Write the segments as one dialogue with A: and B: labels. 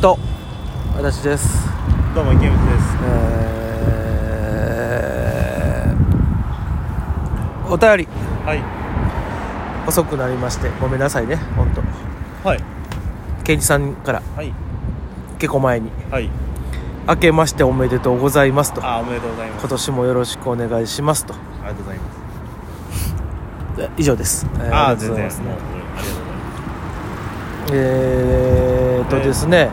A: と私です
B: どうも池水です
A: えーお便り
B: はい
A: 遅くなりましてごめんなさいね本当
B: はい
A: ケンジさんから
B: はい
A: 結構前に
B: はい
A: 「明けましておめでとうございます」と「
B: あーおめでとうございます
A: 今年もよろしくお願いします」と
B: ありがとうございます
A: え以上です、えー
B: あ
A: あ
B: あ
A: りがとう
B: 全然
A: ございます
B: もうありがとうございます
A: えーっと
B: えー
A: ですね、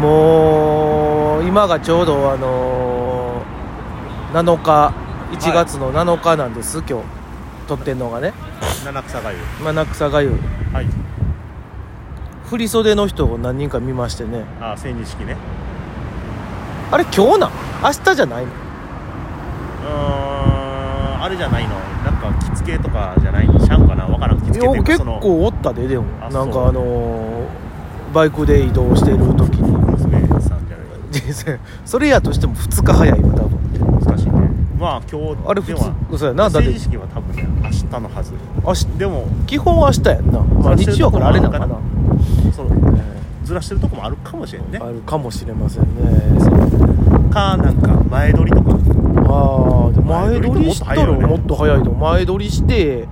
A: もう今がちょうどあのー7日1月の7日なんです、今日撮ってんのがね
B: 七草がゆ
A: 七草がゆ
B: はい
A: 振り袖の人を何人か見ましてね
B: あー千日式ね
A: あれ今日なん明日じゃないの
B: うーんあれじゃないのなんか着付けとかじゃないシャンかなわからん着付けってい
A: いうや
B: か
A: 結
B: その
A: 構おったででも
B: あ
A: なん
B: そう
A: かあのーバイクで移動してる時に
B: 娘さんじゃない
A: それやとしても2日早いよ多分
B: 難しいねまあ今日
A: あれ
B: で
A: 普
B: は
A: 通そうやなだって
B: 成人式は多分ね明日のはず
A: 明日
B: でも
A: 基本明日やんな、まあ、
B: 明日
A: 日曜からあれなのかな
B: どこそう
A: えー
B: ずらしてるとこもあるかもしれんね
A: あるかもしれませんね
B: かなんか前撮りとか
A: ああ前
B: 前
A: 撮
B: 撮
A: り
B: り
A: したらも
B: も
A: っ
B: っ
A: と早いの前撮りして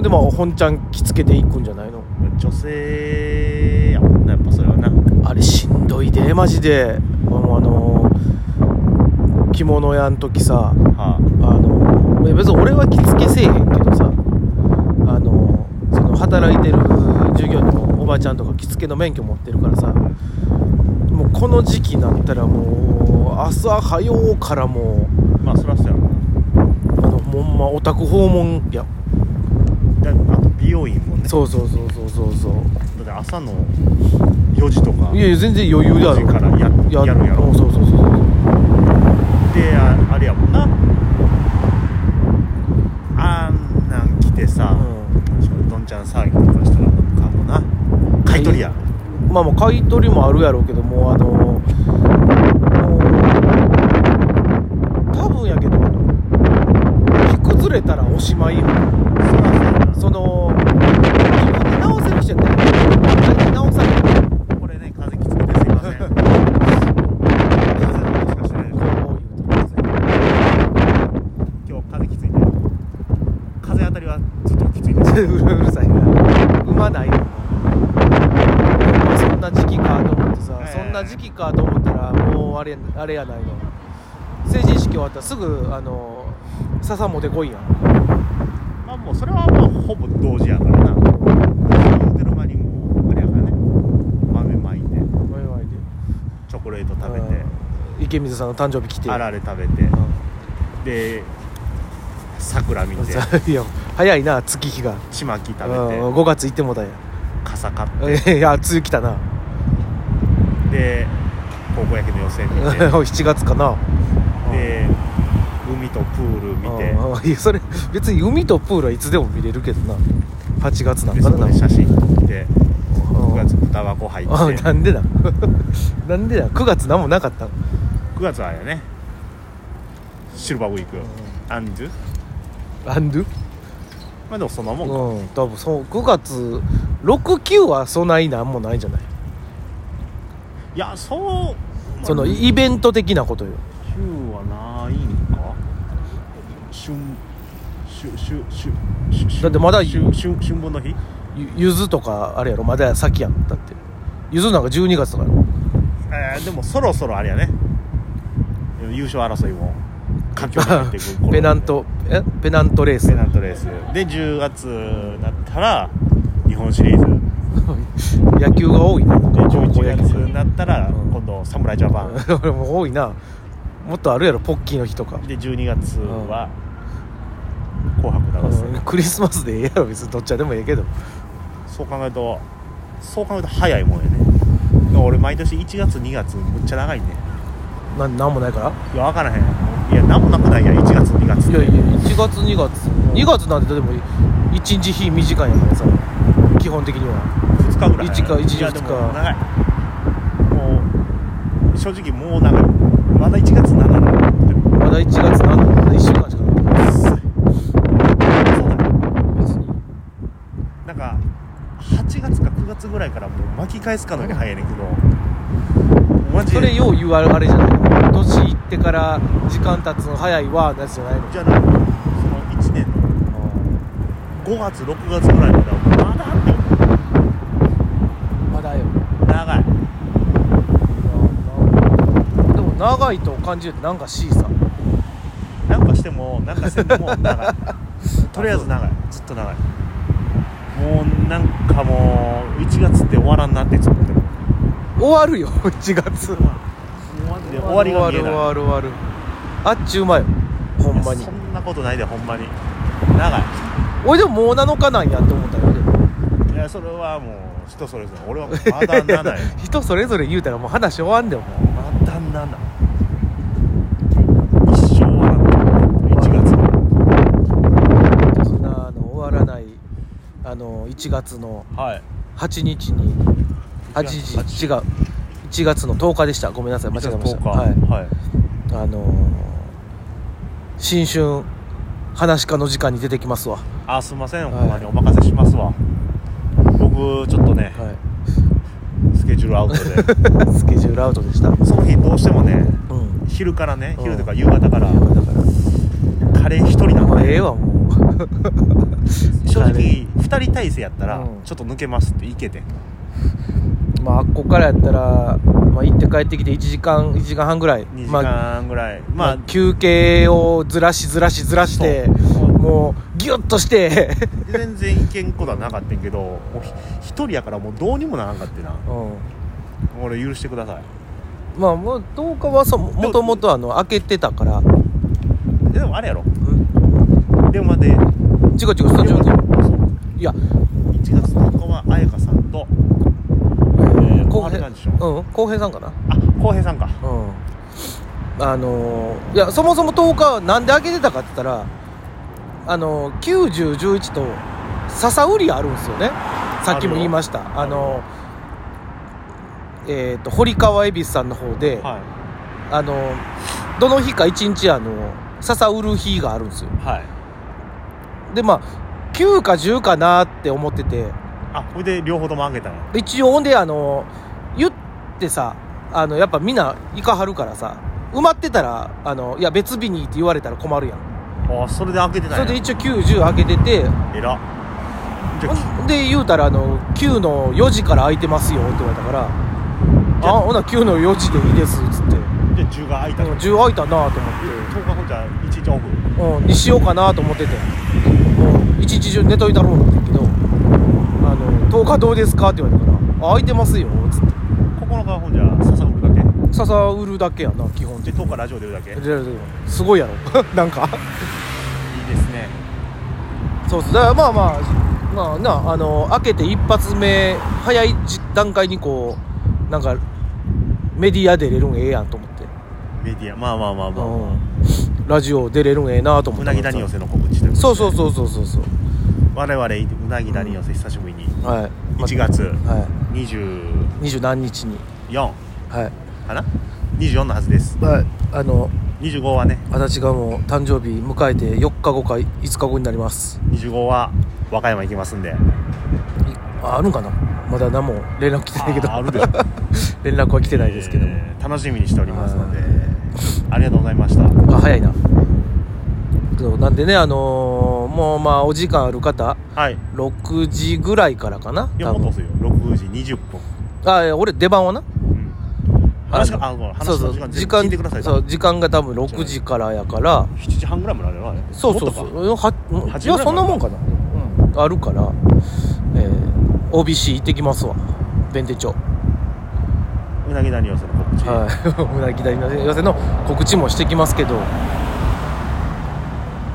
A: でまあ本ちゃん着付けていくんじゃないの
B: 女性やもんなやっぱそれはな
A: あれしんどいでマジでもうあのー着物屋ん時さ
B: は
A: あのーいや別に俺は着付けせえへんけどさあのーその働いてる従業員のおばちゃんとか着付けの免許持ってるからさもうこの時期になったらもう朝早うからもう
B: あまあそらそうやろ
A: あのほんまオタク訪問や
B: なだあと美容院もね
A: そうそうそうそうそうそう
B: だって朝の4時とか
A: いやいや全然余裕であ
B: 5
A: る
B: 時からや
A: や
B: やるやろ
A: うんそうそうそうそう
B: でああれやもんなあんなん来てさ、ちょっとどんちゃん騒ぎとかしたらなんかもうな買い取りや
A: まあもう買い取りもあるやろうけどもうあのもう多分やけどあの引くずれたらおしまいよ
B: そらそうやな
A: その自分で直せる人やったら最近直さない
B: これね風きつくてすいません風の音しかしてないでしょ今日風きついね風当たりはずっときついです
A: うるさいな産まないよまあそんな時期かと思ってさ、
B: ええ
A: そんな時期かと思ったらもうあれあれやないの成人式終わったらすぐあの笹もでこいやん
B: まあもうそれはもうほぼ同時やからな言うてる間にもうあれやからね豆まいて
A: ワイワイで
B: チョコレート食べて
A: うん池水さんの誕生日来て
B: あられ食べてで桜見
A: うん
B: て
A: いや早いな月日が
B: ちまき食べて
A: うん5月行ってもだよ
B: 傘買っ
A: いや梅雨来たな
B: てで高校野球の予選見て
A: 7月かな
B: で海とプール見て
A: うんうんいやそれ別に海とプールはいつでも見れるけどな8月なん
B: で
A: か
B: そ
A: な
B: こで写真撮って
A: うん
B: 9月豚箱入って
A: あな
B: 9
A: んでだ なんでだ9月何もなかったの
B: 月はあれやねシルバーウィークアンドゥ
A: アンドゥ
B: まあでもそんなもんか
A: うん多分そう9月69はそないなんもないんじゃない
B: いやそう
A: そのイベント的なことよ
B: 9はないんか春春春春春春
A: だってまだ
B: 春春春分の日
A: ゆゆずとかあれやろまだ先やんだってゆずなんか12月とかやろ
B: えー、でもそろそろあれやね優勝争いも佳境になっていく頃
A: ペナントえペナントレース
B: ペナントレースで10月になったら日本シリーズ
A: 野球が多いな
B: で11月
A: 高
B: になったら
A: うん
B: 今度侍ジャパン
A: 校野球 俺も多いなもっとあるやろポッキーの日とか
B: で12月は「紅白歌合
A: うん
B: 戦
A: クリスマスでええやろ別にどっちでもええけど」
B: そう考えるとそう考えると早いもんやねでも俺毎年1月2月むっちゃ長いね
A: ななんもないから
B: いや分からへんいや何もなくないや1月2月
A: いやいや1月2月2月なんてでも1日日短いやからさ基本的には
B: 2日ぐらい
A: 一か一日
B: いやでも
A: 二日
B: 長いもう正直もう長いまだ1月7だなって
A: まだ1月なんだまだ1週間しかない
B: そうだ
A: 別に
B: なんか8月か9月ぐらいからもう巻き返すかのように早いねんけどマジ
A: そ
B: で
A: れよう言われるあれじゃない年いってから時間経つの早いわなんじゃないの
B: じゃないその1年の5月6月ぐらいまではまだあってよ
A: まだよ
B: 長い
A: でも長いと感じるってなんか C さ
B: なんかしてもなんかせんでも長 いとりあえず長いずっと長いもうなんかもう1月って終わらんなっていつも思ってる
A: 終わるよ1月
B: もうマジで終わりが見えない
A: 終わる終わる終わるあっちゅうまよほんま
B: い
A: に
B: やそんなことないでほんまに長い
A: 俺でももう7日なんやって思ったよでも
B: いやそれはもう人それぞれ俺はまだ7よ
A: 人それぞれ言うたらもう話終わんでもう
B: まだ7一生終わらん1月
A: そんなあの終わらないあの1月の
B: はい
A: 8日に8時違う1月の10日でしたごめんなさい間違えました
B: 10日
A: はい
B: はい、
A: あのー新春話し家の時間に出てきますわ、は
B: あすいません、
A: はい
B: ほんまにお任せしますわ僕ちょっとね、
A: い、
B: スケジュールアウトで
A: スケジュールアウトでした、うん、
B: その日どうしてもね
A: だ
B: 昼からね
A: うん
B: 昼とか夕方から
A: か
B: カレー一人
A: ら
B: な
A: も
B: の
A: うええ
B: で
A: わもう
B: 正
A: カ
B: 直
A: レ
B: 2人体制やったら
A: うん
B: ちょっと抜けますっていけて
A: まああっこからやったら、まあ、行って帰ってきて1時間1時間半ぐらい
B: 2時
A: まあ
B: 間ぐらい、ま
A: まあ
B: あ、
A: 休憩をずらしずらしずらして
B: そう
A: もうギュッとして
B: で全然行けんことはなかったんやけどもうひ一人やからもうどうにもならんかってな
A: うん
B: 俺許してください
A: まあもう10日はそうもともとあの開けてたから、うん、
B: ででもあれやろ電話で違う
A: 違う違うスタジオで
B: 1
A: いや
B: 月10日は彩香さんとー
A: 浩
B: あれ
A: 平
B: なんでしょ
A: うん浩平さんかな
B: あ浩平さんか
A: うんあのーいやそもそも10日はなんで開けてたかって言ったらあのー、9011と笹売りあるんですよねさっきも言いましたあ
B: あるよ
A: のーえっ、と堀川恵比寿さんの方で、
B: は
A: あのーどの日か1日あの笹売る日があるんですよ
B: いはい
A: でまあ9か10かなって思ってて
B: あほいで両方ともあげたんや
A: で一応ほんであの言ってさあのやっぱみんな行かはるからさ埋まってたらあのいや別日にって言われたら困るやん
B: あそれで開けてたん
A: そ
B: や
A: れで一応910開けてて
B: えらじゃ
A: ほんで言うたらあの9の4時から空いてますよって言われたから
B: じゃ
A: あほな9の4時でいいですっつって
B: あじゃあ10が開い
A: で
B: たの
A: も
B: 10
A: 10空いたなと
B: 日後じゃあ1日オフ
A: 思って、うん、にしようかなと思ってて、うん、一日中寝といたろうなんだけどあの10日どうですかって言われたからあ空いてますよっつって
B: 9日はほんじゃ笹売るだけ
A: 笹売るだけやな基本的に
B: で10日ラジオ出るだけいいです
A: ごいすごいやろ なんか
B: すね
A: そうそうだからまあまあまあなあの開けて一発目早いじ段階にこうなんかメディア出れるんええやんと思って、
B: メディアまあまあまあまあ、ま
A: うん、ラジオ出れるんええなと
B: あ、
A: 思
B: う
A: っ
B: な
A: て
B: ぎ谷寄せの告知ということで
A: そうそうそうそうそうそう
B: 我々うなぎ谷寄せ久しぶりに
A: はい、ま
B: 1月
A: は
B: 24
A: い、二十何日にはい、
B: かな24のはずです
A: はい、あの
B: 25はね
A: 私がもう誕生日迎えて4日後か5日後になります
B: 25は和歌山行きますんで
A: いああるんかなまだ何も連絡来てないけど
B: あーあるでしょ
A: 連絡は来てないですけども、
B: えー楽しみにしておりますのでありがとうございました
A: あ早いなそうなんでねあのーもうまあお時間ある方
B: はい
A: 6時ぐらいからかない
B: やもっと遅いよ6時20分、
A: あいや俺出番はな
B: うん、話があの話
A: そうそ
B: の
A: う
B: 時間
A: 時
B: 全部
A: 間
B: 聞いてください
A: そう時間が多分6時からやから
B: 7時半ぐらいまであるよあれ
A: そうそうそ
B: もっとか
A: うはうん
B: 8
A: いや
B: ぐらいまで
A: そんなもんかな、うん、あるから、えー、OBC 行ってきますわ弁天町
B: うなぎ谷寄せの告知、
A: はい、 胸ぎだりの寄せの告知もしてきますけど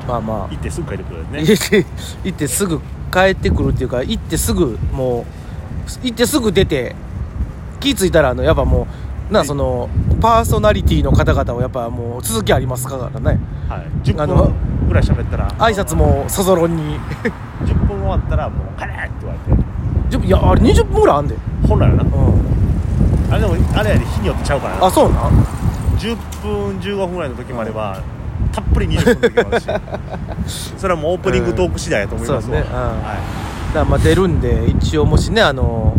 A: まあまあ
B: 行ってすぐ帰ってくるやつね
A: 行って行ってすぐ帰ってくるっていうか行ってすぐもう行ってすぐ出て気付いたらあのやっぱもうなそのパーソナリティの方々をやっぱもう続きありますからね
B: はい、10
A: あの
B: 分ぐらい喋ったら
A: 挨拶もそぞろに
B: 10分終わったらもう「帰れ!」って言われて
A: 10いやあれ20分ぐらいあんで、
B: 本来はな
A: うん、
B: あれでもあれやで日によってちゃうからな
A: あそうなん
B: 10分15分ぐらいの時まではたっぷり20分の時もある しそれはもうオープニングトーク次第やと思いますわ、
A: うんそうだねうん
B: は
A: だからまあ出るんで一応もしねあの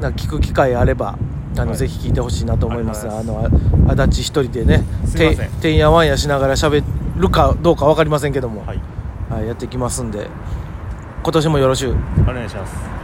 A: なんか聞く機会あればああの、
B: はい
A: ぜひ聞いてほしいなと思いますあ
B: ありがとう
A: のあ足立一人でね
B: すいま
A: て
B: せん
A: てんやわんやしながら喋るかどうか分かりませんけども、
B: は
A: はいいやっていきますんで今年もよろしゅう
B: お願いします